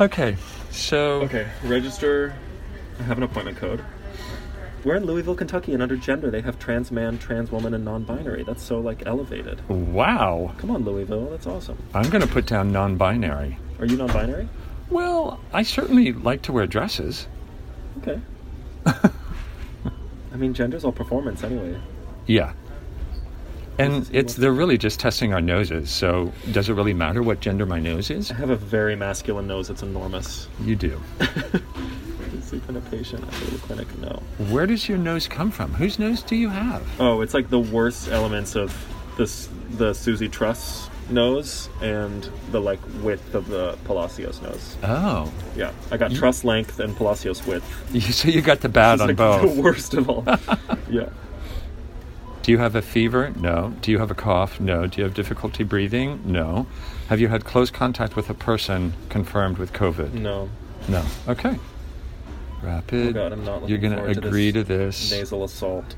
Okay, so Okay, register. I have an appointment code. We're in Louisville, Kentucky, and under gender they have trans man, trans woman, and non-binary. That's so like elevated. wow, Come on, Louisville, that's awesome. I'm gonna put down non-binary. Are you non-binary? Well, I certainly like to wear dresses. Okay. I mean, gender's all performance anyway. Yeah. And it's they're really just testing our noses. So does it really matter what gender my nose is? I have a very masculine nose. It's enormous. You do. Sleep in a patient at the little clinic. No. Where does your nose come from? Whose nose do you have? Oh, it's like the worst elements of this the Susie Truss nose and the like width of the Palacios nose. Oh, Yeah, I got truss length and Palacios width. You- so you got the bad It's on like both. the worst of all. yeah. Do you have a fever? No. Do you have a cough? No. Do you have difficulty breathing? No. Have you had close contact with a person confirmed with COVID? No. No. Okay. Rapid. Oh God, I'm not. Looking You're gonna forward agree to to this. nasal assault.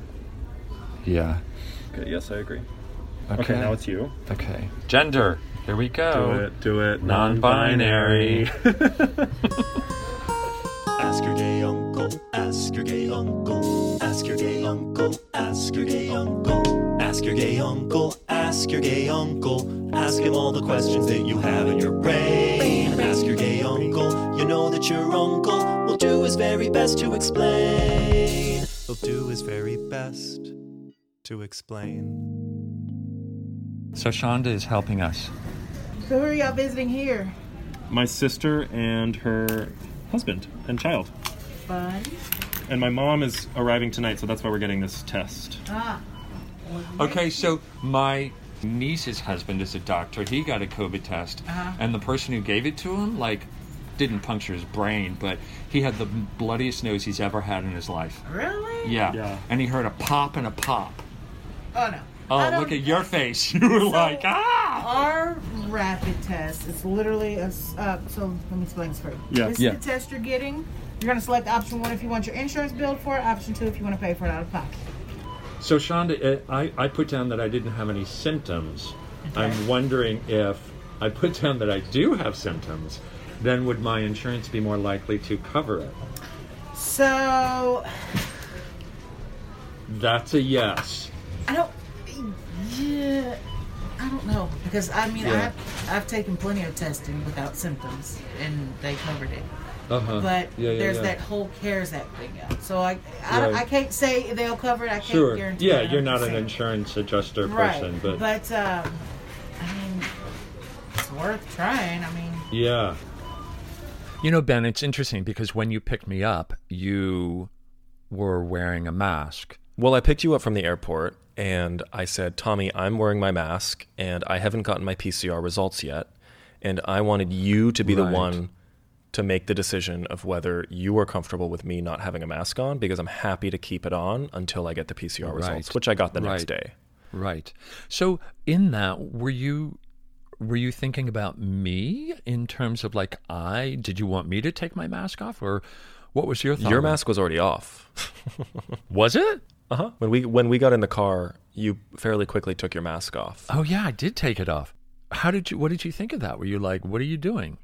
Yeah. Okay, yes, I agree. Okay. Okay, now it's you. okay. Gender. Here we Do go. it. Do it. Non-binary. Ask your gay uncle, ask your gay uncle, ask your gay uncle, ask your gay uncle, ask your gay uncle, ask your gay uncle, ask him all the questions that you have in your brain. Ask your gay uncle, you know that your uncle will do his very best to explain. He'll do his very best to explain. So Shonda is helping us. So who are y'all visiting here? My sister and her husband and child. Fun. And my mom is arriving tonight, so that's why we're getting this test. Oh, Ah. Okay, so my niece's husband is a doctor. He got a COVID test, Uh-huh. and the person who gave it to him, like, didn't puncture his brain, but he had the bloodiest nose he's ever had in his life. Really? Yeah. Yeah. And he heard a pop and a pop. Oh no. I Oh, don't- look at your face. You were like, ah! Our rapid test is literally a. s- Uh, so let me explain this for you. Yeah. This Yeah. is the test you're getting. You're gonna select option one if you want your insurance billed for it. Option two if you want to pay for it out of pocket. So, Shonda, uh, I, I put down that I didn't have any symptoms. I'm wondering if I put down that I do have symptoms, then would my insurance be more likely to cover it? So That's a yes. I don't. Yeah. I don't know because I mean Yeah. I've I've taken plenty of testing without symptoms and they covered it. Uh huh. but there's that whole CARES Act thing out. So I, I, Right. I can't say they'll cover it. I can't Sure. guarantee. Yeah, it you're not an 100%. insurance adjuster right. person, but, but um, I mean, it's worth trying. I mean, yeah. You know, Ben, it's interesting because when you picked me up, you were wearing a mask. Well, I picked you up from the airport and I said, Tommy, I'm wearing my mask and I haven't gotten my PCR results yet. And I wanted you to be Right. the one to make the decision of whether you are comfortable with me not having a mask on because I'm happy to keep it on until I get the PCR results, which I got the next Right. day. Right. So, in that, were you were you thinking about me in terms of like I did you want me to take my mask off or what was your thought? Your on- mask was already off. was it? Uh huh. When we when we got in the car, you fairly quickly took your mask off. Oh yeah, I did take it off. How did you what did you think of that? Were you like, what are you doing?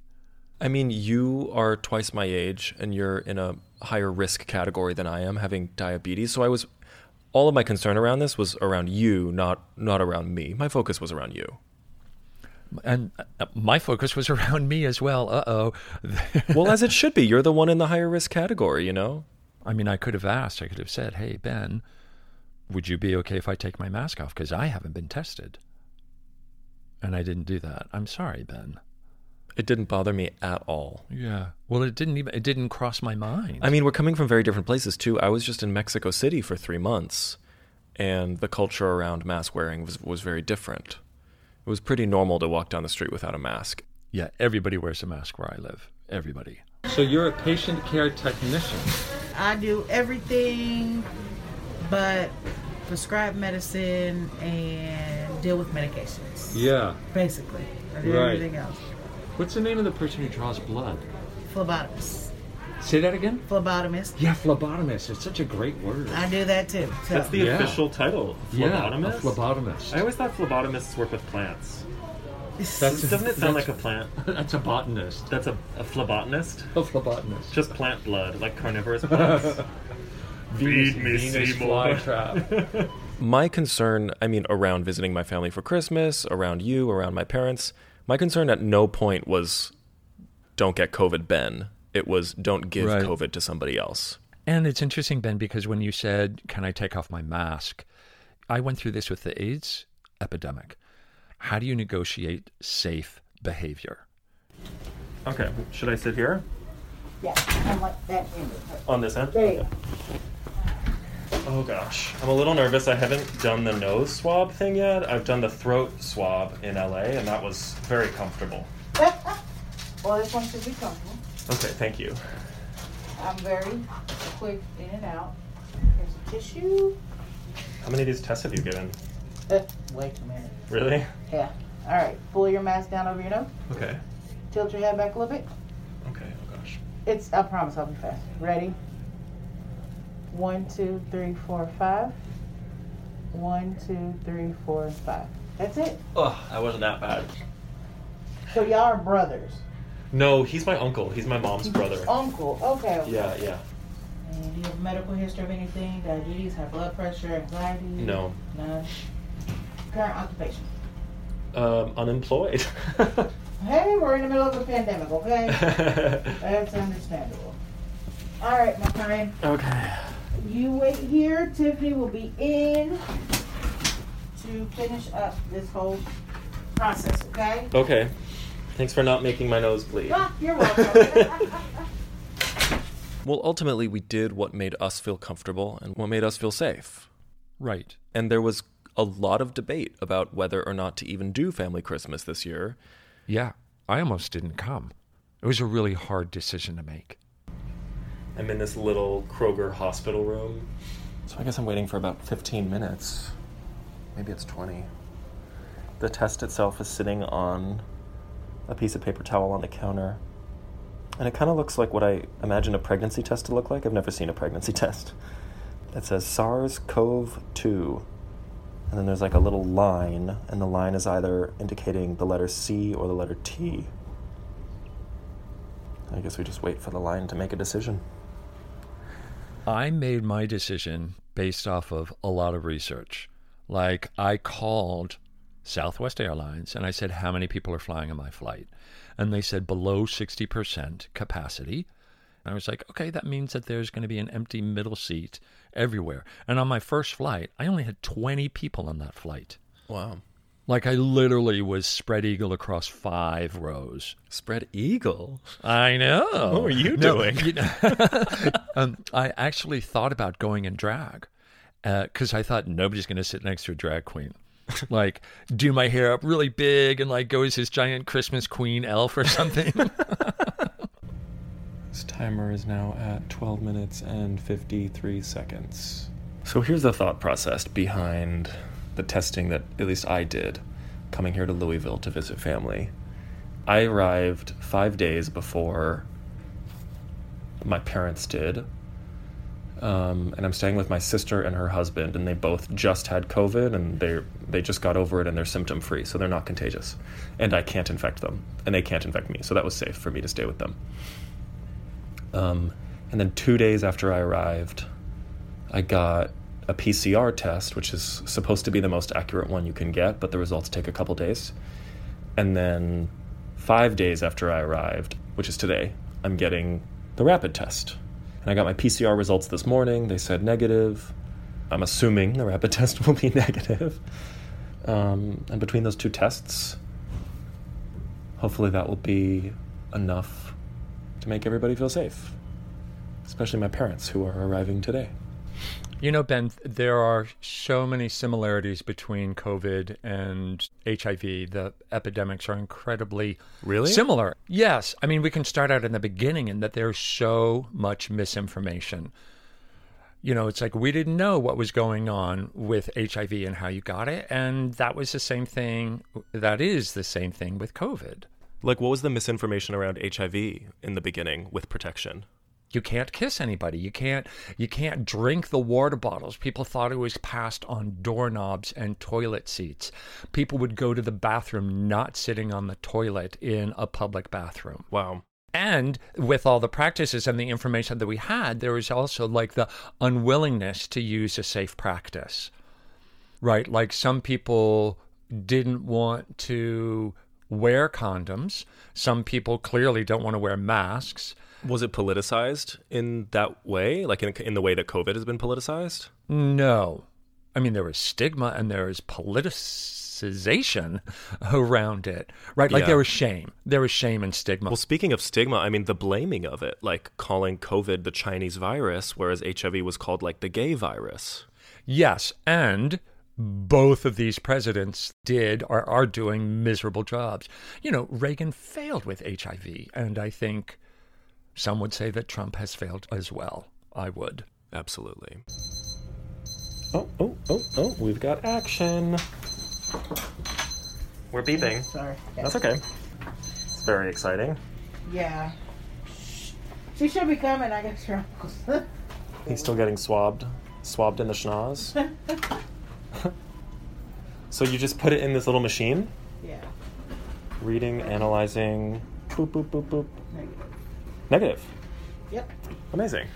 I mean, you are twice my age and you're in a higher risk category than I am having diabetes. So I was all of my concern around this was around you, not not around me. My focus was around you. And uh, my focus was around me as well. Uh oh. Well, as it should be. You're the one in the higher risk category, you know? I mean, I could have asked, I could have said, hey, Ben, would you be okay if I take my mask off? Because I haven't been tested. And I didn't do that. I'm sorry, Ben. It didn't bother me at all. Yeah. Well, it didn't even, it didn't cross my mind. I mean, we're coming from very different places too. I was just in Mexico City for 3 months and the culture around mask wearing was was very different. It was pretty normal to walk down the street without a mask. yeah, everybody wears a mask where I live. Everybody. So you're a patient care technician. I do everything but prescribe medicine and deal with medications. Yeah. Basically, I do Right. everything else. What's the name of the person who draws blood? Phlebotomist. Say that again? Phlebotomist. Yeah, phlebotomist. It's such a great word. I do that too. So. That's the Yeah. official title. Yeah, a Phlebotomist. phlebotomist. I always thought phlebotomists work with plants. That's Doesn't it sound like a plant? that's a botanist, That's a, a phlebotomist. a phlebotomist. Just plant blood, like carnivorous plants. Venus, Feed me, Venus Seymour. flytrap. My concern, I mean, around visiting my family for Christmas, around you, around my parents, my concern at no point was don't get COVID, Ben. It was don't give Right. COVID to somebody else. And it's interesting, Ben, because when you said, Can I take off my mask? I went through this with the AIDS epidemic. How do you negotiate safe behavior? okay, should I sit here? Yeah, I like that image. On this end? There you go. Oh gosh, I'm a little nervous. I haven't done the nose swab thing yet. I've done the throat swab in LA, and that was very comfortable. Well, this one should be comfortable. Okay, thank you. I'm very quick in and out. Here's a tissue. How many of these tests have you given? Uh, wait a minute. Really? Yeah. All right. Pull your mask down over your nose. Okay. Tilt your head back a little bit. Okay. Oh gosh. It's. I promise I'll be fast. Ready? One, two, three, four, five. One, two, three, four, five. That's it. Oh, I wasn't that bad. So y'all are brothers. No, he's my uncle. He's my mom's brother. Uncle. Okay. okay. Yeah, yeah. And do you have a medical history of anything? Diabetes, high blood pressure, anxiety? No. None. Current occupation. Um, unemployed. Hey, we're in the middle of a pandemic, okay? That's understandable. All right, my friend. okay. You wait here. Tiffany will be in to finish up this whole process, okay? Okay. Thanks for not making my nose bleed. Ah, you're welcome. Well, ultimately, we did what made us feel comfortable and what made us feel safe. Right. And there was a lot of debate about whether or not to even do family Christmas this year. Yeah. I almost didn't come. It was a really hard decision to make. I'm in this little Kroger hospital room. So I guess I'm waiting for about 15 minutes. Maybe it's 20. The test itself is sitting on a piece of paper towel on the counter. And it kind of looks like what I imagine a pregnancy test to look like. I've never seen a pregnancy test. It says SARS CoV 2. And then there's like a little line, and the line is either indicating the letter C or the letter T. I guess we just wait for the line to make a decision. I made my decision based off of a lot of research. Like, I called Southwest Airlines and I said, How many people are flying on my flight? And they said, Below 60% capacity. And I was like, Okay, that means that there's going to be an empty middle seat everywhere. And on my first flight, I only had 20 people on that flight. Wow. Like, I literally was spread eagle across five rows. Spread eagle. I know. What were you doing? um, I actually thought about going in drag because I thought nobody's going to sit next to a drag queen. like, do my hair up really big and like go as this giant Christmas queen elf or something. This timer is now at 12 minutes and 53 seconds. So here's the thought process behind the testing that at least I did coming here to Louisville to visit family. I arrived five days before my parents did. Um, and I'm staying with my sister and her husband, and they both just had COVID, and they they just got over it, and they're symptom free, so they're not contagious, and I can't infect them, and they can't infect me, so that was safe for me to stay with them. Um, and then two days after I arrived, I got a PCR test, which is supposed to be the most accurate one you can get, but the results take a couple days. And then five days after I arrived, which is today, I'm getting the rapid test. And I got my PCR results this morning. They said negative. I'm assuming the rapid test will be negative. Um, and between those two tests, hopefully that will be enough to make everybody feel safe, especially my parents who are arriving today. you know, Ben, there are so many similarities between COVID and HIV. The epidemics are incredibly Really? similar. Yes. I mean, we can start out in the beginning in that there's so much misinformation. You know, it's like we didn't know what was going on with HIV and how you got it. And that was the same thing. That is the same thing with COVID. Like, what was the misinformation around HIV in the beginning with protection? You can't kiss anybody. You can't you can't drink the water bottles. People thought it was passed on doorknobs and toilet seats. People would go to the bathroom not sitting on the toilet in a public bathroom. Wow. And with all the practices and the information that we had, there was also like the unwillingness to use a safe practice, right? Like some people didn't want to wear condoms, some people clearly don't want to wear masks. Was it politicized in that way, like in, in the way that COVID has been politicized? No. I mean, there was stigma and there was politicization around it, right? Like Yeah. there was shame. There was shame and stigma. Well, speaking of stigma, I mean the blaming of it, like calling COVID the Chinese virus, whereas HIV was called like the gay virus. Yes, and both of these presidents did or are doing miserable jobs. You know, Reagan failed with HIV, and I think some would say that Trump has failed as well. I would. Absolutely. Oh, oh, oh, oh, we've got action. We're beeping. Sorry. That's okay. It's very exciting. Yeah. She should be coming. I guess your uncle's. He's still getting swabbed. Swabbed in the schnoz. so you just put it in this little machine? yeah. Reading, analyzing, boop, boop, boop, boop. Negative. Negative. Yep. Amazing.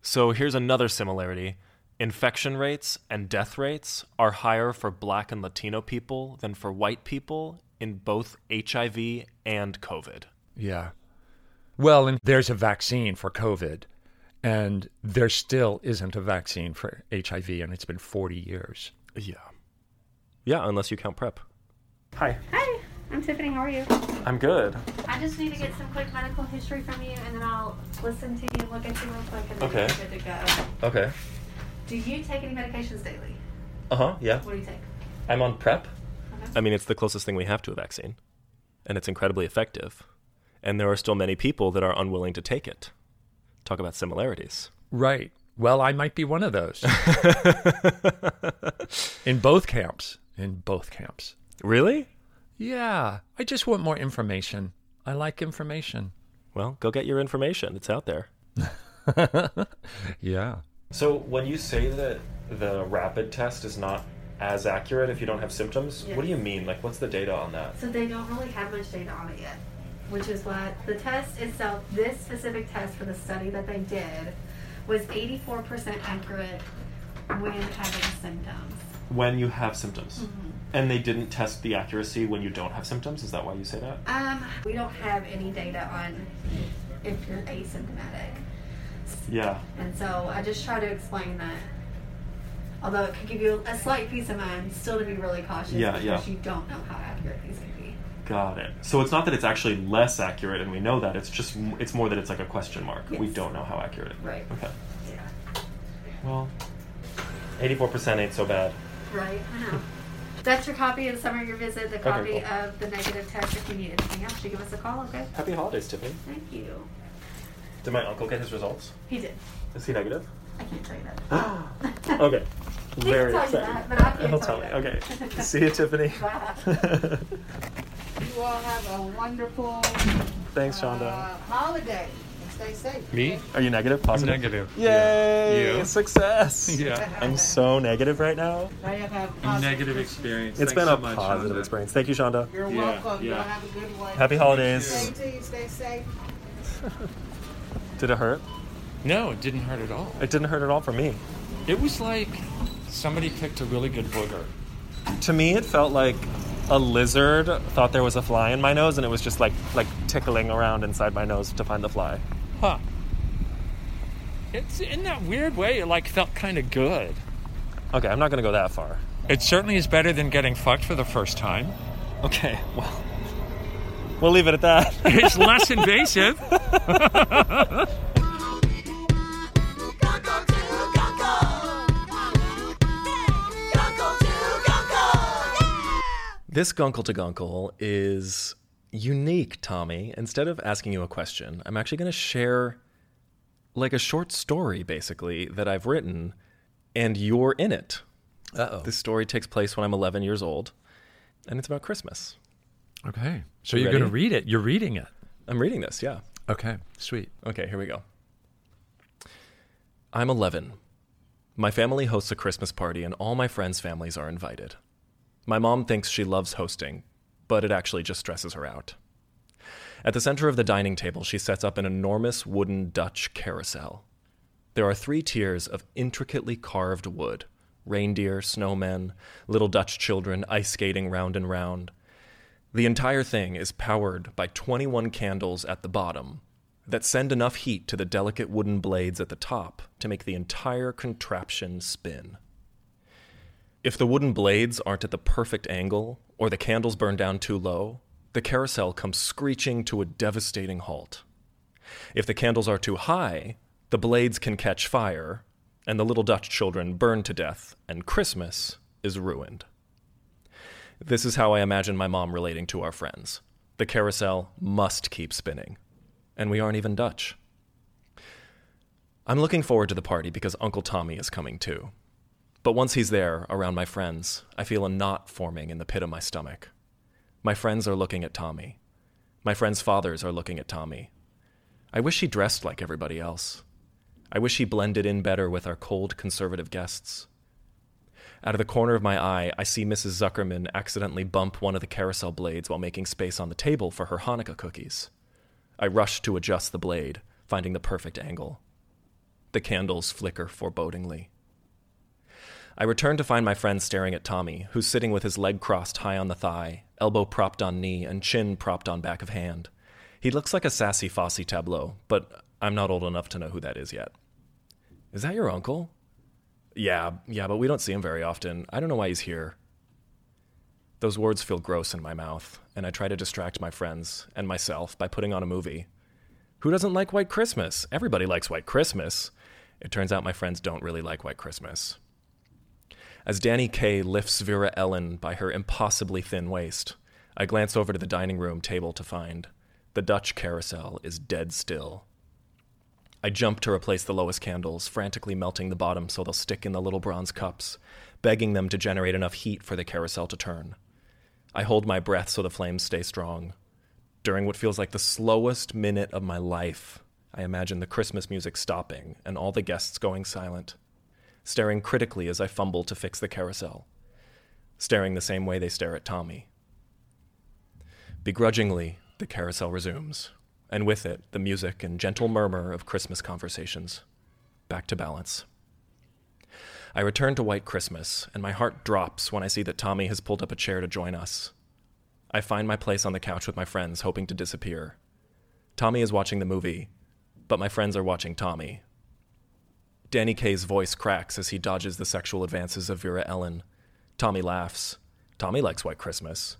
So here's another similarity. Infection rates and death rates are higher for black and Latino people than for white people in both HIV and COVID. Yeah. Well, and there's a vaccine for COVID, and there still isn't a vaccine for HIV, and it's been 40 years. Yeah. Yeah, unless you count PrEP. Hi. Hi, I'm Tiffany. How are you? I'm good. I just need to get some quick medical history from you, and then I'll listen to you, look at you real quick, and then Okay. you're good to go. Okay. Do you take any medications daily? Uh Uh-huh, huh, yeah. What do you take? I'm on prep. I mean, it's the closest thing we have to a vaccine, and it's incredibly effective. And there are still many people that are unwilling to take it. Talk about similarities. Right. Well, I might be one of those. in both camps. In both camps. Really? Yeah, I just want more information. I like information. Well, go get your information. It's out there. Yeah. So when you say that the rapid test is not as accurate if you don't have symptoms, what do you mean? Like, what's the data on that? So they don't really have much data on it yet, which is what the test itself, this specific test for the study that they did, was 84% accurate when having symptoms. When you have symptoms. And they didn't test the accuracy when you don't have symptoms? Is that why you say that? Um, we don't have any data on if you're asymptomatic. Yeah. And so I just try to explain that. Although it could give you a slight peace of mind, still to be really cautious Yeah, because yeah. you don't know how accurate these can be. Got it. So it's not that it's actually less accurate and we know that. It's just, it's more that it's like a question mark. We Yes. don't know how accurate. it- Right. Okay. Yeah. Well, 84% ain't so bad. Right? I know. That's your copy of the summary of your visit, the copy cool. of the negative test. If you need anything else, you give us a call, okay? Happy holidays, Tiffany. Thank you. Did my uncle get his results? He did. Is he negative? I can't tell you that. Okay. He can tell you that, but I can't He'll tell tell me. you Okay. that. See you, Tiffany. Bye. You all have a wonderful Thanks, uh, holiday. And Stay safe. Me? Are you negative? Positive? negative. Yay! Yeah. You? Success! Yeah. I'm so negative right now. Now you have a positive- It's been a positive experience. Thank you, Shonda. You're Yeah, welcome. yeah. Y'all have a good one. Happy holidays. Stay to you. Stay safe. Did it hurt? No, it didn't hurt at all. It didn't hurt at all for me. It was like somebody picked a really good booger. To me, it felt like a lizard thought there was a fly in my nose, and it was just like like tickling around inside my nose to find the fly. Huh. It's in that weird way, it like felt kind of good. Okay, I'm not gonna go that far. It certainly is better than getting fucked for the first time. Okay, well, we'll leave it at that. It's less invasive. This gunkle to gunkle is unique, Tommy. Instead of asking you a question, I'm actually going to share like a short story, basically, that I've written, and you're in it. Uh This story takes place when I'm 11 years old, and it's about Christmas. Okay. So you're Ready? going to read it. You're reading it. I'm reading this, yeah. Okay. Sweet. Okay, here we go. I'm 11. My family hosts a Christmas party, and all my friends' families are invited. My mom thinks she loves hosting, but it actually just stresses her out. At the center of the dining table, she sets up an enormous wooden Dutch carousel. There are three tiers of intricately carved wood reindeer, snowmen, little Dutch children ice skating round and round. The entire thing is powered by 21 candles at the bottom that send enough heat to the delicate wooden blades at the top to make the entire contraption spin. If the wooden blades aren't at the perfect angle or the candles burn down too low, the carousel comes screeching to a devastating halt. If the candles are too high, the blades can catch fire, and the little Dutch children burn to death, and Christmas is ruined. This is how I imagine my mom relating to our friends. The carousel must keep spinning, and we aren't even Dutch. I'm looking forward to the party because Uncle Tommy is coming too. But once he's there, around my friends, I feel a knot forming in the pit of my stomach. My friends are looking at Tommy. My friends' fathers are looking at Tommy. I wish he dressed like everybody else. I wish he blended in better with our cold conservative guests. Out of the corner of my eye, I see Mrs. Zuckerman accidentally bump one of the carousel blades while making space on the table for her Hanukkah cookies. I rush to adjust the blade, finding the perfect angle. The candles flicker forebodingly. I return to find my friend staring at Tommy, who's sitting with his leg crossed high on the thigh, elbow propped on knee, and chin propped on back of hand. He looks like a sassy Fosse tableau, but I'm not old enough to know who that is yet. Is that your uncle? Yeah, yeah, but we don't see him very often. I don't know why he's here. Those words feel gross in my mouth, and I try to distract my friends and myself by putting on a movie. Who doesn't like White Christmas? Everybody likes White Christmas. It turns out my friends don't really like White Christmas. As Danny Kaye lifts Vera Ellen by her impossibly thin waist, I glance over to the dining room table to find the Dutch carousel is dead still. I jump to replace the lowest candles, frantically melting the bottom so they'll stick in the little bronze cups, begging them to generate enough heat for the carousel to turn. I hold my breath so the flames stay strong. During what feels like the slowest minute of my life, I imagine the Christmas music stopping and all the guests going silent, staring critically as I fumble to fix the carousel, staring the same way they stare at Tommy. Begrudgingly, the carousel resumes, and with it, the music and gentle murmur of Christmas conversations. Back to balance. I return to White Christmas, and my heart drops when I see that Tommy has pulled up a chair to join us. I find my place on the couch with my friends, hoping to disappear. Tommy is watching the movie, but my friends are watching Tommy. Danny Kaye's voice cracks as he dodges the sexual advances of Vera Ellen. Tommy laughs. Tommy likes White Christmas.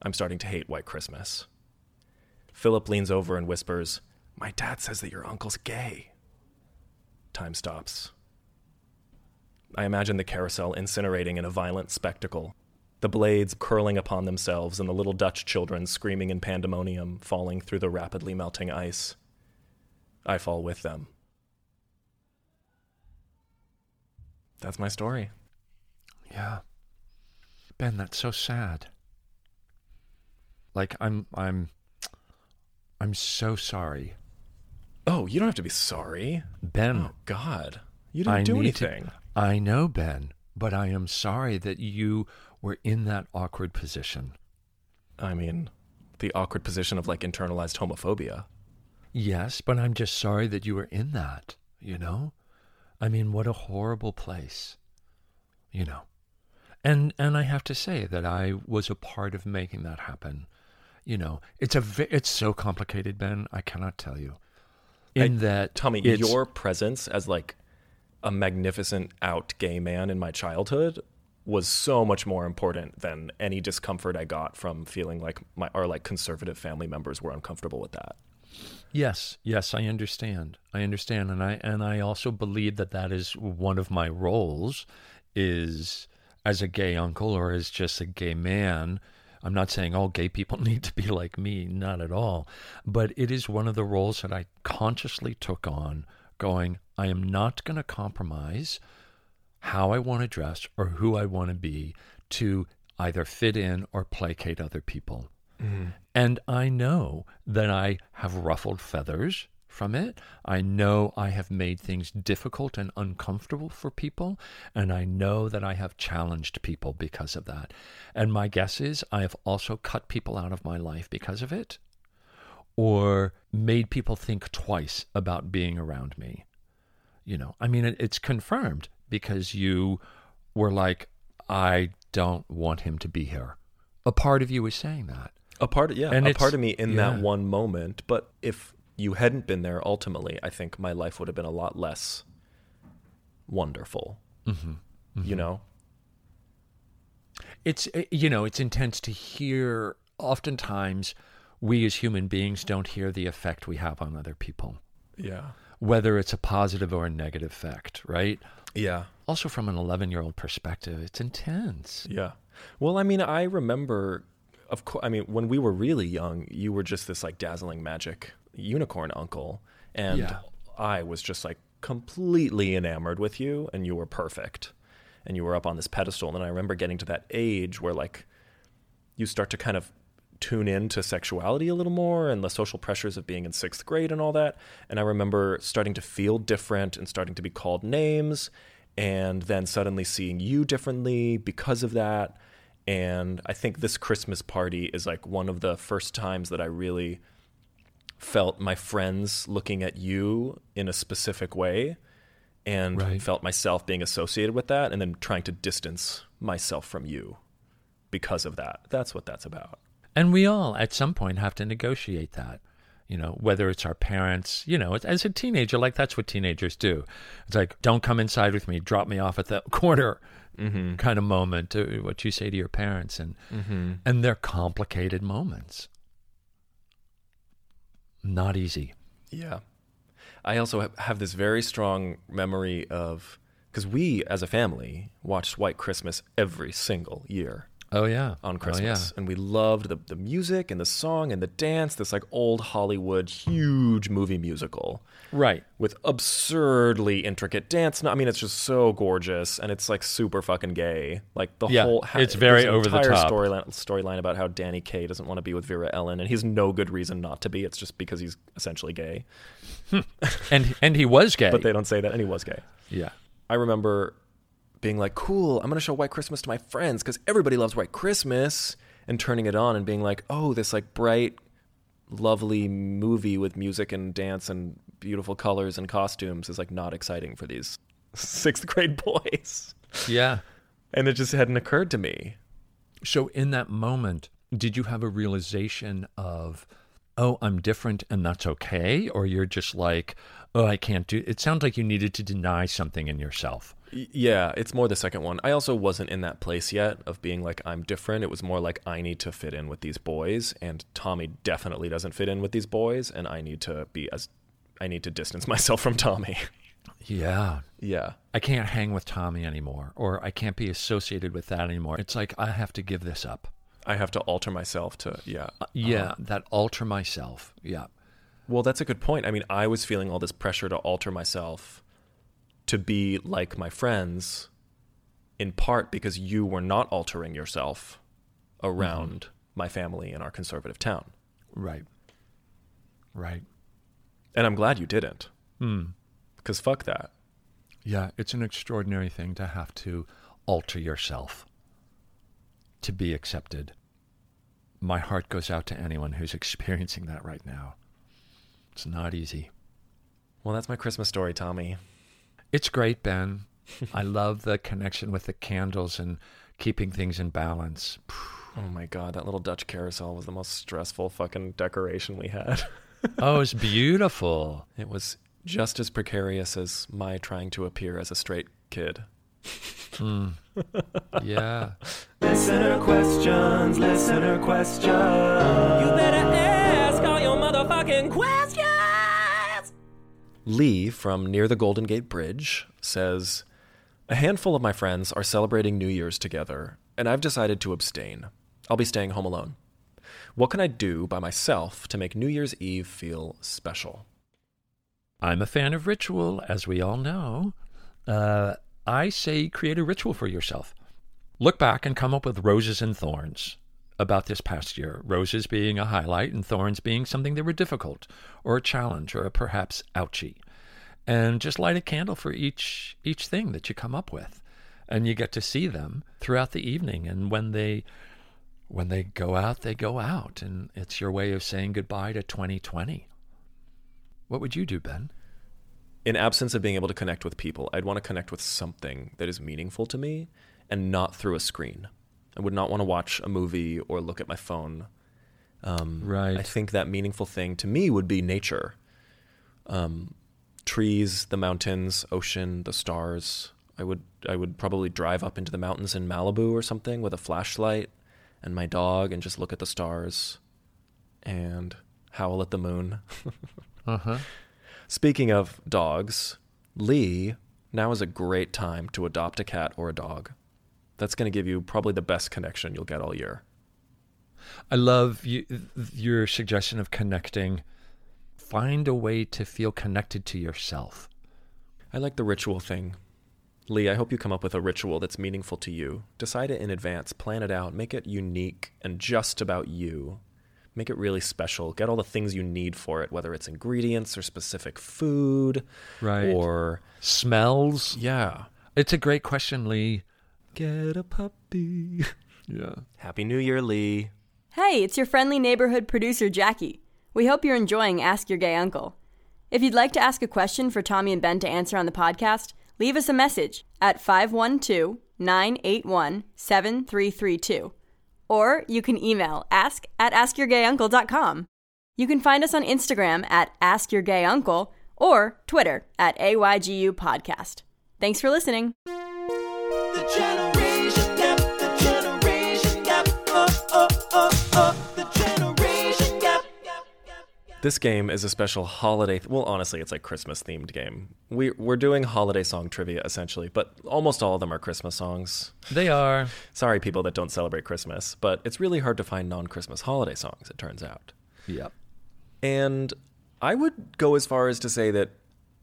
I'm starting to hate White Christmas. Philip leans over and whispers, My dad says that your uncle's gay. Time stops. I imagine the carousel incinerating in a violent spectacle, the blades curling upon themselves and the little Dutch children screaming in pandemonium, falling through the rapidly melting ice. I fall with them. That's my story. Yeah. Ben, that's so sad. Like I'm I'm I'm so sorry. Oh, you don't have to be sorry. Ben, Oh, God. You didn't I do need to- anything. I know, Ben, but I am sorry that you were in that awkward position. I mean, the awkward position of like internalized homophobia. Yes, but I'm just sorry that you were in that, you know? I mean, what a horrible place. You know. And and I have to say that I was a part of making that happen. You know, it's a ve- it's so complicated, Ben, I cannot tell you. In that Tommy, it's- your presence as like a magnificent out gay man in my childhood was so much more important than any discomfort I got from feeling like my our like conservative family members were uncomfortable with that. Yes, yes, I understand. I understand, and I and I also believe that that is one of my roles, is as a gay uncle or as just a gay man. I'm not saying all gay people need to be like me, not at all, but it is one of the roles that I consciously took on. Going, I am not going to compromise how I want to dress or who I want to be to either fit in or placate other people. And I know that I have ruffled feathers from it. I know I have made things difficult and uncomfortable for people, and I know that I have challenged people because of that. And my guess is I have also cut people out of my life because of it, or made people think twice about being around me. You know, I mean, it, it's confirmed because you were like, I don't want him to be here. A part of you is saying that. A part, yeah, And a it's- part of me in yeah. that one moment. But if you hadn't been there, ultimately, I think my life would have been a lot less wonderful. You know, it's uh, you know it's intense to hear oftentimes we as human beings don't hear the effect we have on other people yeah, whether it's a positive or a negative effect right yeah. also from an 11 year old perspective it's intense Yeah. Well, I mean, I remember, of course, I mean, when we were really young, you were just this like dazzling magic unicorn uncle. And Yeah. I was just like completely enamored with you, and you were perfect. And you were up on this pedestal. And then I remember getting to that age where like you start to kind of tune in to sexuality a little more and the social pressures of being in sixth grade and all that. And I remember starting to feel different and starting to be called names and then suddenly seeing you differently because of that. And I think this Christmas party is like one of the first times that I really felt my friends looking at you in a specific way and Right. felt myself being associated with that and then trying to distance myself from you because of that. That's what that's about. and we all at some point have to negotiate that you know whether it's our parents you know it's- as a teenager like that's what teenagers do it's like don't come inside with me drop me off at the corner Mm-hmm. kind of moment uh, what you say to your parents and and they're complicated moments not easy Yeah. I also ha- have this very strong memory of because we as a family watched White Christmas every single year oh yeah on Oh, Christmas. And we loved the, the music and the song and the dance, this like old Hollywood huge movie musical yeah. right with absurdly intricate dance. No, I mean, it's just so gorgeous, and it's like super fucking gay. Like the Yeah, whole. it's very there's an over the entire top. Storyline storyline about how Danny Kaye doesn't want to be with Vera Ellen, and he's no good reason not to be. It's just because he's essentially gay, and and he was gay but they don't say that, and he was gay. yeah I remember being like, cool, I'm going to show White Christmas to my friends because everybody loves White Christmas. And turning it on and being like, oh, this like bright, lovely movie with music and dance and beautiful colors and costumes is like not exciting for these sixth grade boys. yeah And it just hadn't occurred to me. So, in that moment, did you have a realization of, oh, I'm different and that's okay? Or you're just like, oh, I can't do it? Sounds like you needed to deny something in yourself. Y- Yeah, it's more the second one. I also wasn't in that place yet of being like, I'm different. It was more like, I need to fit in with these boys. And Tommy definitely doesn't fit in with these boys. And I need to be as, I need to distance myself from Tommy. Yeah. yeah. I can't hang with Tommy anymore, or I can't be associated with that anymore. It's like, I have to give this up. I have to alter myself to, yeah. uh-huh. Yeah. that alter myself. Yeah. Well, that's a good point. I mean, I was feeling all this pressure to alter myself to be like my friends in part because you were not altering yourself around my family in our conservative town. Right. Right. And I'm glad you didn't. Because fuck that. Yeah, it's an extraordinary thing to have to alter yourself to be accepted. My heart goes out to anyone who's experiencing that right now. It's not easy. Well, that's my Christmas story, Tommy. It's great, Ben. I love the connection with the candles and keeping things in balance. Oh my god, that little Dutch carousel was the most stressful fucking decoration we had. Oh, it's beautiful. it was just as precarious as my trying to appear as a straight kid. Yeah. Listener questions, listener questions. You better ask all your motherfucking questions. Lee from near the Golden Gate Bridge says, A handful of my friends are celebrating New Year's together, and I've decided to abstain. I'll be staying home alone. What can I do by myself to make New Year's Eve feel special? I'm a fan of ritual, as we all know. Uh, I say create a ritual for yourself. Look back and come up with roses and thorns about this past year roses being a highlight and thorns being something that were difficult or a challenge or a perhaps ouchie and just light a candle for each each thing that you come up with and you get to see them throughout the evening and when they when they go out they go out and it's your way of saying goodbye to 2020 what would you do ben in absence of being able to connect with people, I'd want to connect with something that is meaningful to me and not through a screen. I would not want to watch a movie or look at my phone. Um, Right. I think that meaningful thing to me would be nature um, trees, the mountains, ocean, the stars. I would, I would probably drive up into the mountains in Malibu or something with a flashlight and my dog and just look at the stars and howl at the moon. uh-huh Speaking of dogs, Lee, now is a great time to adopt a cat or a dog. That's going to give you probably the best connection you'll get all year. I love you, your suggestion of connecting. Find a way to feel connected to yourself. I like the ritual thing. Lee, I hope you come up with a ritual that's meaningful to you. Decide it in advance, plan it out, make it unique and just about you. Make it really special. Get all the things you need for it, whether it's ingredients or specific food Right. or Smells. yeah. It's a great question, Lee. Get a puppy. Yeah. Happy New Year, Lee. Hey, it's your friendly neighborhood producer, Jackie. We hope you're enjoying Ask Your Gay Uncle. If you'd like to ask a question for Tommy and Ben to answer on the podcast, leave us a message at 512 981 7332. Or you can email ask at askyourgayuncle.com. You can find us on Instagram at Ask Your Gay Uncle or Twitter at AYGU Podcast. Thanks for listening. The generation gap, the generation gap, oh, oh, oh, oh, the generation gap. This game is a special holiday. well, honestly, it's like Christmas themed game. We we're doing holiday song trivia essentially, but almost all of them are Christmas songs. They are. Sorry, people that don't celebrate Christmas, but it's really hard to find non-Christmas holiday songs. It turns out, Yep. and I would go as far as to say that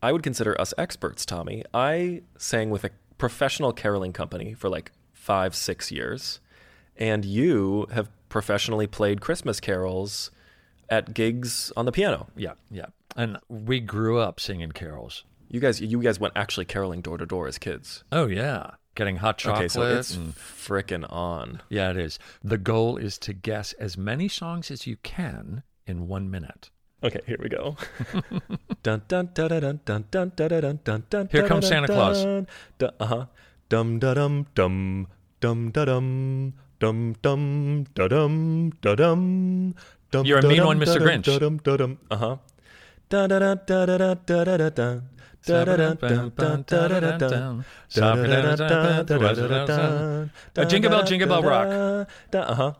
I would consider us experts, Tommy. I sang with a professional caroling company for like five, six years, and you have professionally played Christmas carols at gigs on the piano. Yeah. Yeah. And we grew up singing carols. You guys, you guys went actually caroling door to door as kids. Oh yeah. Getting hot chocolate. Mm. Okay, so it's and- frickin' on. yeah, it is. The goal is to guess as many songs as you can in one minute. Okay, here we go. dun dun dun dun dun dun dun dun dun dun. Here comes Santa Claus. Uh huh. Dum da dum dum dum da dum dum dum da dum da dum. dum, You're a mean one, Mr. Grinch. Uh-huh. Dum da dum. Uh huh. Da da da da da da da da da da. Da da da da da da da da. Uh, Jingle Bell, Jingle Bell Rock. Uh huh.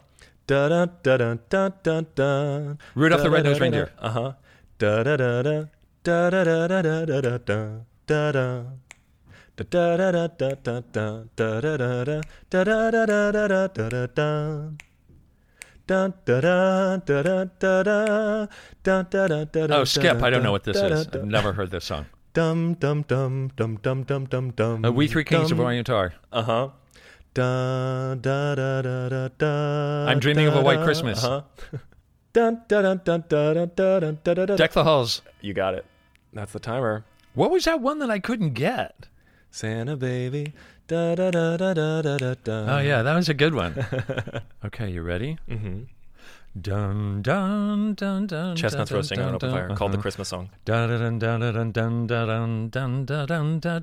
Da da da da da da da. Rudolph the Red-Nosed Reindeer. Uh huh. Da da da da da da da da da da da da da da. Da da da da da da da da da da da da da da da da da da da da. Da da da da da da da da da da da da. Oh, Skip, I don't know what this is. I've never heard this song. Dum dum dum dum dum dum dum dum. Uh, we Three Kings of Orient are. Uh huh. Da da da da da da. I'm dreaming of a white Christmas. Uh huh. Dun, dun, dun, dun, dun, dun, dun, dun, dun, dun, dun. Deck the halls. You got it. That's the timer. What was that one that I couldn't get? Santa baby. Da da da da da da da da. Oh yeah, that was a good one. okay, you ready? Mm-hmm. Dun dun dun dun. Chestnuts dun, roasting dun, on an open dun, fire, called the uh-huh. Christmas song. Dun dun dun dun dun dun dun dun dun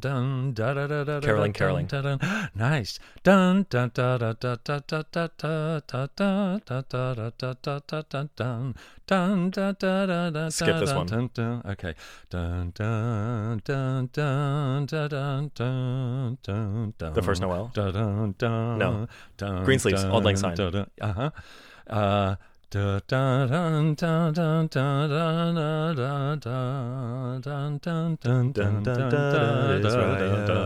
dun dun dun dun dun dun dun dun. Caroling, caroling. dun, dun. Nice. Dun dun dun dun dun dun dun dun dun dun dun dun dun dun dun dun dun dun dun dun dun dun. Skip this one. Dun, dun, okay. Dun dun dun dun dun dun dun dun dun. The First Noel? Dun dun dun. No. Dun, Greensleeves, Auld Lang Syne. uh huh. Uh, Oh, da, da, dun, dun, dun, dun, dun, dun, dun, dun, dun, dun, Dun, dun, dun, dun, dun, dun, is dun, Raphael. dun,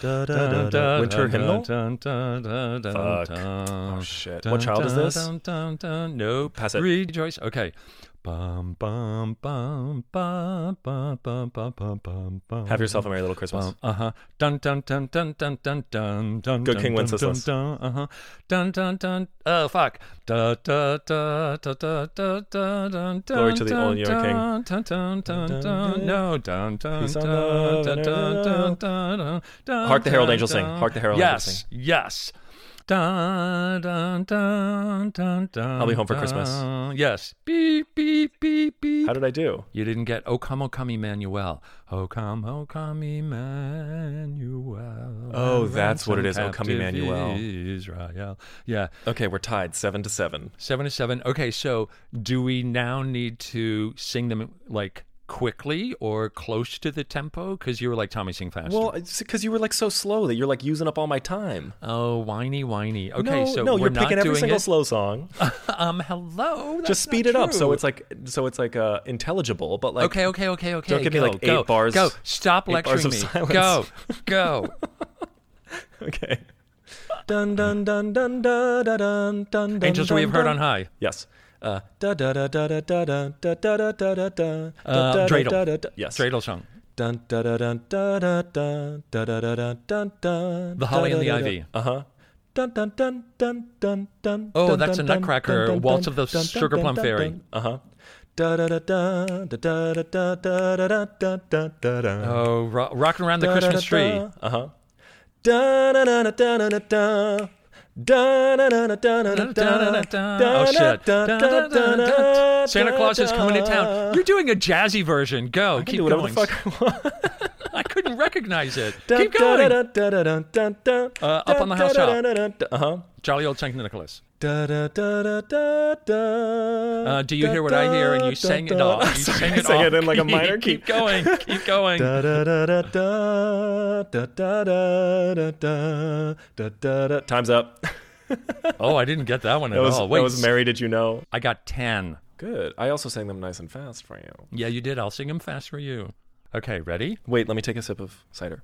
Da, da, da, dun, da. dun, Winter dun, hymnal? dun, dun, dun, dun, Fuck. dun. Oh, shit. Dun, What child is dun, this? dun, dun, dun. Nope. Pass it. Rejoice. Okay. Bum, bum, bum, bum, bum, bum, bum, bum, bum, bum. Have yourself a merry little Christmas. Uh huh. Dun dun dun dun dun dun dun dun. Good dun, King dun, Wenceslas. Dun dun. Uh huh. Dun dun dun. Oh fuck. Da da da da da da da dun. Glory to the dun, All Year Dun King. dun dun dun. dun. No. Dun dun Peace dun on dun earth dun and dun dun earth and dun. dun, Hark the Herald dun, Angels sing. dun. Hark the Herald Yes. Angels sing. Yes. Dun, dun, dun, dun, dun, I'll be home for Christmas. dun. Yes. Beep, beep, beep, beep. How did I do? You didn't get O come, O come, Emmanuel. O come, O come, Emmanuel. Oh, and that's what it ransom is, O come, captive Emmanuel. Israel. Yeah. Okay, we're tied seven to seven. Seven to seven. Okay, so do we now need to sing them like quickly or close to the tempo? Because you were like, Tommy, sing faster. Well, it's because you were like so slow that you're like using up all my time. oh, whiny, whiny. Okay, no, so no, we're you're not picking every doing single it. slow song. um, hello. That's Just speed not it up so true. it's like so it's like uh, intelligible, but like Okay, okay, okay, okay. Don't give go, me like eight go, bars. Go. Stop eight lecturing bars of me. silence. Go. Go. Okay. Dun dun dun dun dun dun dun dun. Angels dun, we have heard dun. on high. Yes. Uh, da da da da da da da da da da da da da. Uh, da, da, dreidel. da, da, da. Yes. Dreidel song. Dun da da dun da da dun da da da dun dun dun. The Holly and the Ivy. Uh huh. Dun dun dun dun dun dun. Oh, dun, that's dun, a dun, Nutcracker, dun, dun, Waltz dun, of the dun, dun, Sugar dun, Plum dun, Fairy. dun. Uh-huh. Da da da da da da da da da da da da da da da. Oh, ro- rocking around the Christmas tree. Uh huh. Oh Oh shit! Santa Claus is coming to town. You're doing a jazzy version. Go. I can Keep do whatever going. the fuck I want. I couldn't recognize it. Dun, Keep going. dun, dun, dun, dun, dun, dun. Uh, up on the house Dun, dun, dun, dun, dun. Uh-huh. Jolly old Saint Nicholas. Da, da, da, da, da, da. Uh, do you hear what I hear? And you sang it da. off. You Sorry, sang I it sang off. it in, like, a minor key. Keep going. Keep going. Da, da, da, da, da, da, da, da, da, da, da, da, da. Time's up. Oh, I didn't get that one at That was, all. that Wait. was Mary, did you know? I got ten. Good. I also sang them nice and fast for you. Yeah, you did. I'll sing them fast for you. Okay, ready? Wait, let me take a sip of cider.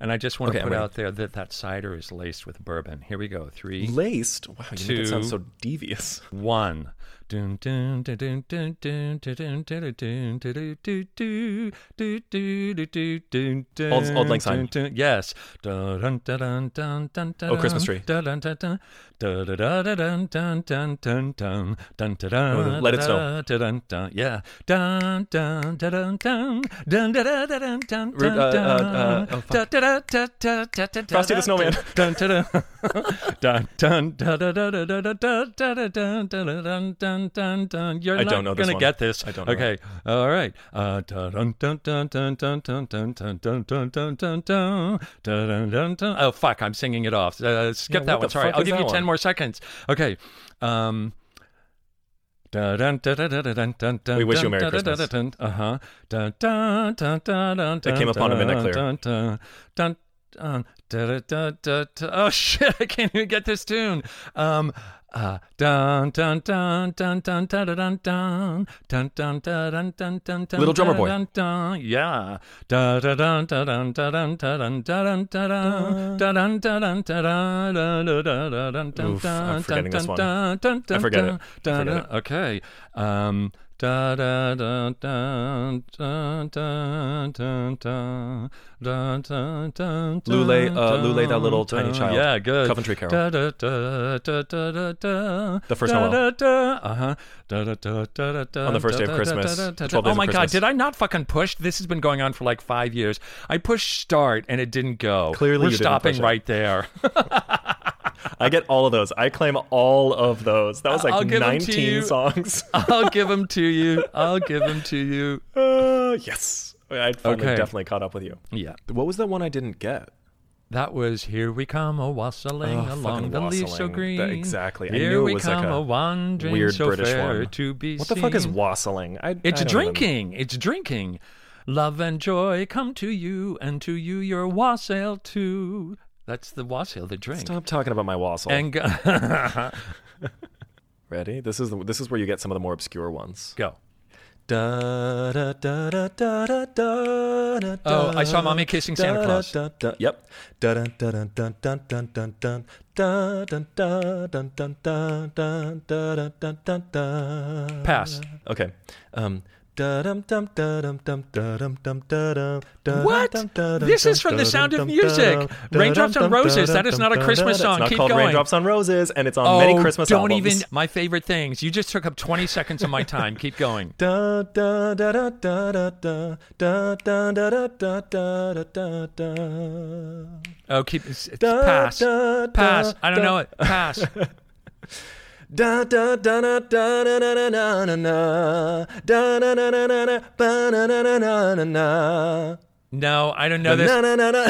And I just want Okay, to I'm put ready. out there that that cider is laced with bourbon. Here we go. Three, Laced? Wow, you make it sound Two. so devious. one. Dun, dun, dun, dun, dun, dun, dun, dun, dun, dun, dun, dun, dun, dun, dun, dun, dun, dun, dun, dun, Auld- Auld Lang Syne. dun, dun. Yes. Dun, dun, dun, dun, dun, dun, dun, Oh, Christmas tree. dun, dun, dun, dun. Dun, dun, dun, dun, dun, dun, dun, dun, dun, dun, dun, Let It Snow. dun, dun, dun, dun. Yeah. Dun, dun, dun, dun, dun. Dun, dun, dun, dun, dun, dun, Root, uh, uh, dun. uh, oh, fuck. Dun, dun, dun, dun, dun, dun, Frosty the dun, Snowman. dun, dun, dun. Dun, dun, dun, dun, dun, dun, dun, dun, dun, dun, dun, dun, dun, dun, dun, dun. You're I not don't know this gonna one. get this. I don't know Okay. All right. Uh, dun, dun, dun, dun, dun, dun, dun, dun, dun, dun, dun, dun, dun, dun. Dun, dun, dun, dun. Oh fuck! I'm singing it off. Uh, skip Yeah, that what one. the Sorry. fuck I'll is give you that ten one? more seconds. Okay. Um. We We wish you a Merry Christmas. Uh huh. That That came upon him in a clear. Dun, dun, dun, dun, da, da, da, da, da. Oh shit! I can't even get this tune. Um, uh, dun, dun, dun, dun, dun, da, da, dun, dun, dun, dun, da, dun, dun, dun, dun, Little Drummer da, Boy. dun, dun. Yeah. Da, da, dun, da, dun, da, dun, da, dun, da, dun, da, dun, da, dun, da, dun, da, dun, da, da, da, da, dun, dun, Oof, dun, I'm forgetting dun, this one. dun, dun, I forget dun, it. I dun, forget dun. Okay. Um, da da da da da da da da da da da. Lule, uh, Lule, that little tiny child. Yeah, good. Coventry Carol. Da da da da da da da. The first da, Da, Noel. da, uh-huh. Da, da, da, da, da, da, On the first day of da, da, Christmas, da, da, da, da. 12 days Oh of my god, Christmas. did I not fucking push? This has been going on for like five years. I pushed start and it didn't go. Clearly we're you didn't stopping push it. right there. I get all of those. I claim all of those. That was like I'll give 'em to 19 you. songs. I'll give them to you. I'll give them to you. Uh, yes. I finally Okay. definitely caught up with you. Yeah. What was the one I didn't get? That was here we come a wassailing Oh, along fucking the leaves so wassailing. That- green. exactly. I Here knew it we was like come a a wandering Weird so British fair one. to be what the fuck is seen. wassailing? I, It's I don't even- drinking. It's drinking. Love and joy come to you, and to you your wassail too. That's the wassail, the drink. Stop talking about my wassail. And go. Ready? This is the, this is where you get some of the more obscure ones. go. Da, da, da, da, da, da, da, da, Oh, I saw Mommy Kissing Santa da, Claus. Da, da, yep. Da, da, da, da, da, da, da, da, da, da, da, da, da, da, da, da, da, da, da, da. Pass. Okay. Um. What? What? This is from The Sound of Music. Raindrops on Roses. That is not a Christmas song. It's not Keep called going. Raindrops on Roses, and it's on many Christmas Oh, don't albums. even. My favorite things. You just took up 20 seconds of my time. Keep going. Da da da da da da da da da da da da da da da. Oh, keep. It's, it's Da, pass. da, da, pass. I don't da. know it. Pass. Da da da da da da da da da da da da da da da da da ba na na na na na na No, I don't know na this. na na na.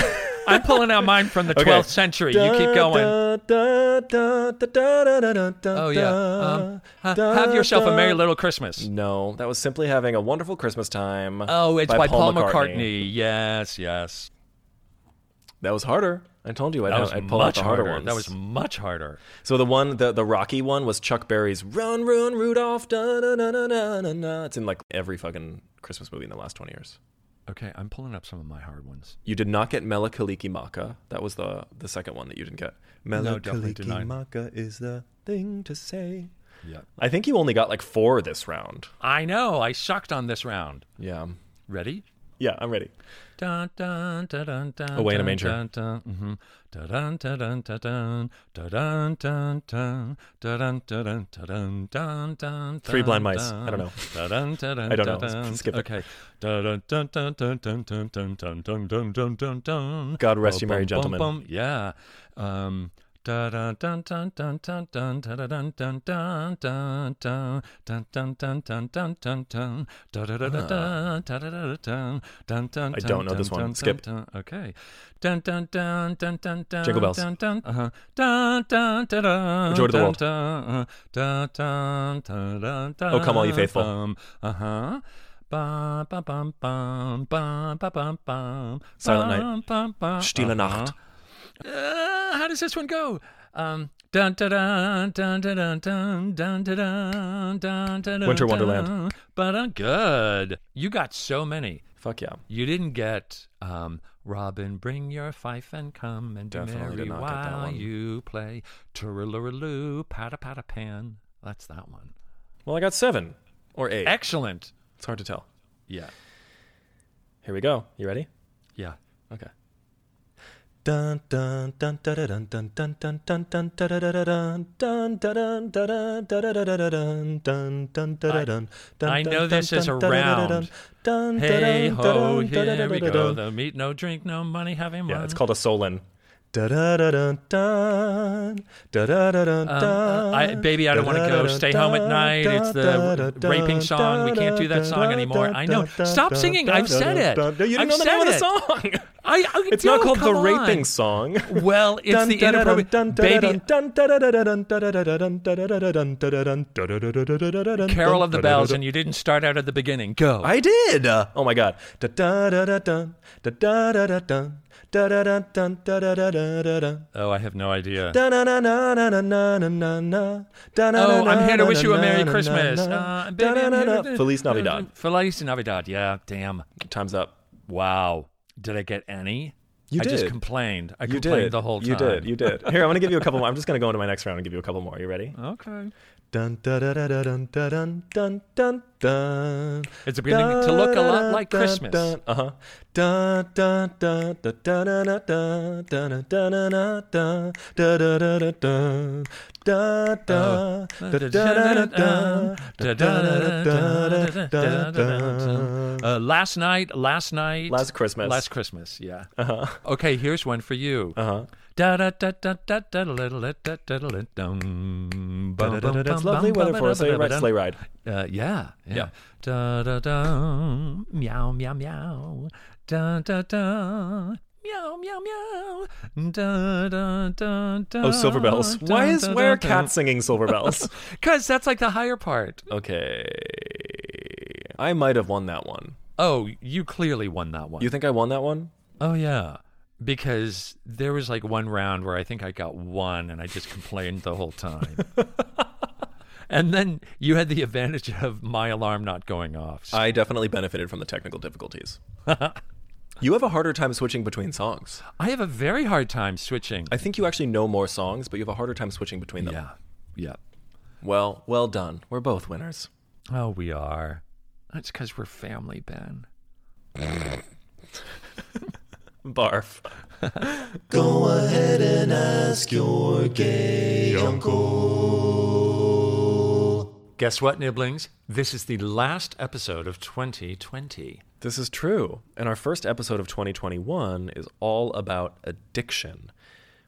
I'm pulling out mine from the 12th century. You keep going. Da, da, da, da, da, da, da, da, Oh, yeah. Um, ha- have yourself a Merry Little Christmas. No, that was simply having a wonderful Christmas time. Oh, it's by, Paul McCartney. Yes, yes. That was harder. I told you I'd, That was i pull out much the harder, harder. ones. That was much harder. So the one, the, the Rocky one, was Chuck Berry's "Run, Run, Rudolph." Da, na na na na na na. It's in like every fucking Christmas movie in the last twenty years. Okay, I'm pulling up some of my hard ones. You did not get Mela Kaliki Maka. That was the the second one that you didn't get. Mela definitely did Kaliki not. Maka is the thing to say. Yeah. I think you only got like four this round. I know. I sucked on this round. Yeah. Ready? Yeah, I'm ready. Dun, dun, dun, dun, dun, Away in Oh, a dun, manger. Dun, dun, mhm. Dun, dun, dun, dun, dun, dun, dun, dun, dun, dun, dun, dun, dun, dun, dun, Three dun, blind mice. dun. I don't know. Dun, dun, dun, dun, I don't know. dun, Skip it. Okay. Dun, dun, dun, dun, dun, dun, dun, dun, dun, dun, dun, dun, dun, dun. God rest you Bum, merry bum, bum, gentlemen. bum. Yeah. Um, da, da, dun, dun, dun, dun, dun, da, da, dun, dun, dun, dun, dun, dun, dun, dun, dun, dun, dun, dun, da, da, da, da, dun, da, da, da, da, dun, dun, dun, I dun, don't know dun, this one. dun, Skip. dun, dun. Okay. Dun, dun, dun, dun, dun, dun, Jingle bells. dun, dun, uh-huh. Dun, dun, dun, dun, Joy to the dun, world. dun, uh, dun, dun, dun, dun, dun, Oh, come all ye faithful. bum. Uh-huh. Bum, bum, bum, bum, bum, bum, bum, bum, Silent Night. bum, bum, bum. Stille Uh-huh. Nacht. Uh, how does this one go? Um, dun dun dun dun dun dun dun dun dun dun dun dun. Winter Wonderland. But uh, good. You got so many. Fuck yeah. You didn't get um, Robin, bring your fife and come and be Definitely did merry not get that while one. you play. Turulurulu, pata pata pan. That's that one. Well, I got seven or eight. Excellent. It's hard to tell. Yeah. Here we go. You ready? Yeah. Okay. Dun dun dun dun dun dun dun dun dun dun dun dun dun dun dun dun dun dun dun dun I know this is a round. Dun Hey ho, here we go. No meat, no drink, no money, having Yeah, one. it's called a solin. I, I- baby, I don't wanna go. Stay home at night. It's the raping song. We can't do that song anymore. I know. Stop singing. I've said it. You didn't I've know the name of the said song. I, I It's not do, called the come on. raping song. Well, it's the inappropriate. baby, baby. Carol of the Bells, and you didn't start out at the beginning. Go. I did. Oh my god. Da da da da dun, da da da da dun, da da da dun, da da da da da dun. oh, I have no idea. Da na na na na na na na na na. Da na na Oh, na I'm here to na wish na you a na Merry na Christmas. na na. Uh, baby, Da I'm na here na to- na. Feliz Navidad. Feliz Navidad. Yeah, damn. Time's up. Wow. Did I get any? You I just did. complained. I You complained did the whole time. You did. You did. Here, I'm gonna give you a couple more. I'm just gonna go into my next round and give you a couple more. You ready? Okay. Dun da da da da dun da dun dun dun dun. It's beginning to look a lot like Christmas. Uh huh. Dun dun dun dun dun dun dun dun dun dun dun dun dun dun dun dun dun dun Oh. dun dun dun dun dun dun dun dun dun. Uh, last night, last night, Last Christmas. Uh-huh. last Christmas. Yeah. Okay, here's one for you. Uh-huh. It's It's lovely weather for a sleigh ride. Sleigh ride. Uh, yeah, yeah. Da da da, meow meow meow. Da da da, meow meow meow. Da da da Ah, da. Oh, silver bells. Why is why are cats singing silver bells? Because that's like the higher part. Okay, I might have won that one. Oh, you clearly won that one. You think I won that one? oh yeah, because there was like one round where I think I got one, and I just complained the whole time. And then you had the advantage of my alarm not going off. So I definitely benefited from the technical difficulties. you have a harder time switching between songs. I have a very hard time switching. I think you actually know more songs, but you have a harder time switching between them. yeah. Yeah. Well, well done. We're both winners. Oh, we are. That's because we're family, Ben. Barf. Go ahead and ask your gay uncle. Guess what, Nibblings? This is the last episode of 2020. This is true. And our first episode of 2021 is all about addiction.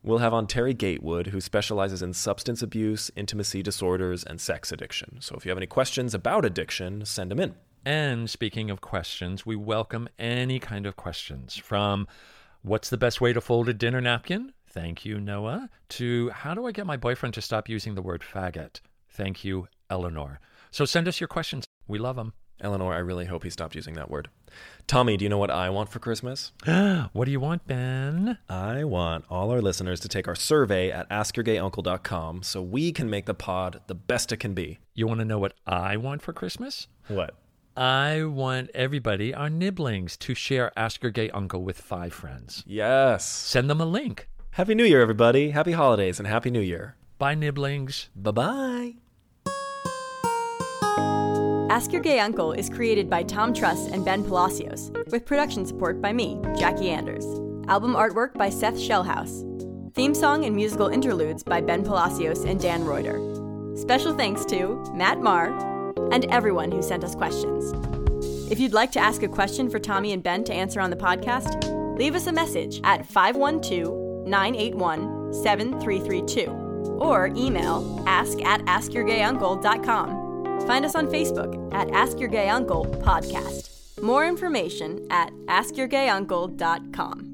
We'll have on Terry Gatewood, who specializes in substance abuse, intimacy disorders, and sex addiction. So if you have any questions about addiction, send them in. And speaking of questions, we welcome any kind of questions from what's the best way to fold a dinner napkin? Thank you, Noah. To how do I get my boyfriend to stop using the word faggot? Thank you, Eleanor. So send us your questions. We love them. Eleanor, I really hope he stopped using that word. Tommy, do you know what I want for Christmas? what do you want, Ben? I want all our listeners to take our survey at askyourgayuncle.com so we can make the pod the best it can be. You want to know what I want for Christmas? What? I want everybody, our nibblings, to share Ask Your Gay Uncle with five friends. Yes. Send them a link. Happy New Year, everybody. Happy holidays and Happy New Year. Bye, nibblings. Bye bye. Ask Your Gay Uncle is created by Tom Truss and Ben Palacios, with production support by me, Jackie Anders. Album artwork by Seth Shellhouse. Theme song and musical interludes by Ben Palacios and Dan Reuter. Special thanks to Matt Marr and everyone who sent us questions. If you'd like to ask a question for Tommy and Ben to answer on the podcast, leave us a message at 512 981 7332 or email ask at askyourgayuncle.com. Find us on Facebook at Ask Your Gay Uncle Podcast. More information at askyourgayuncle.com.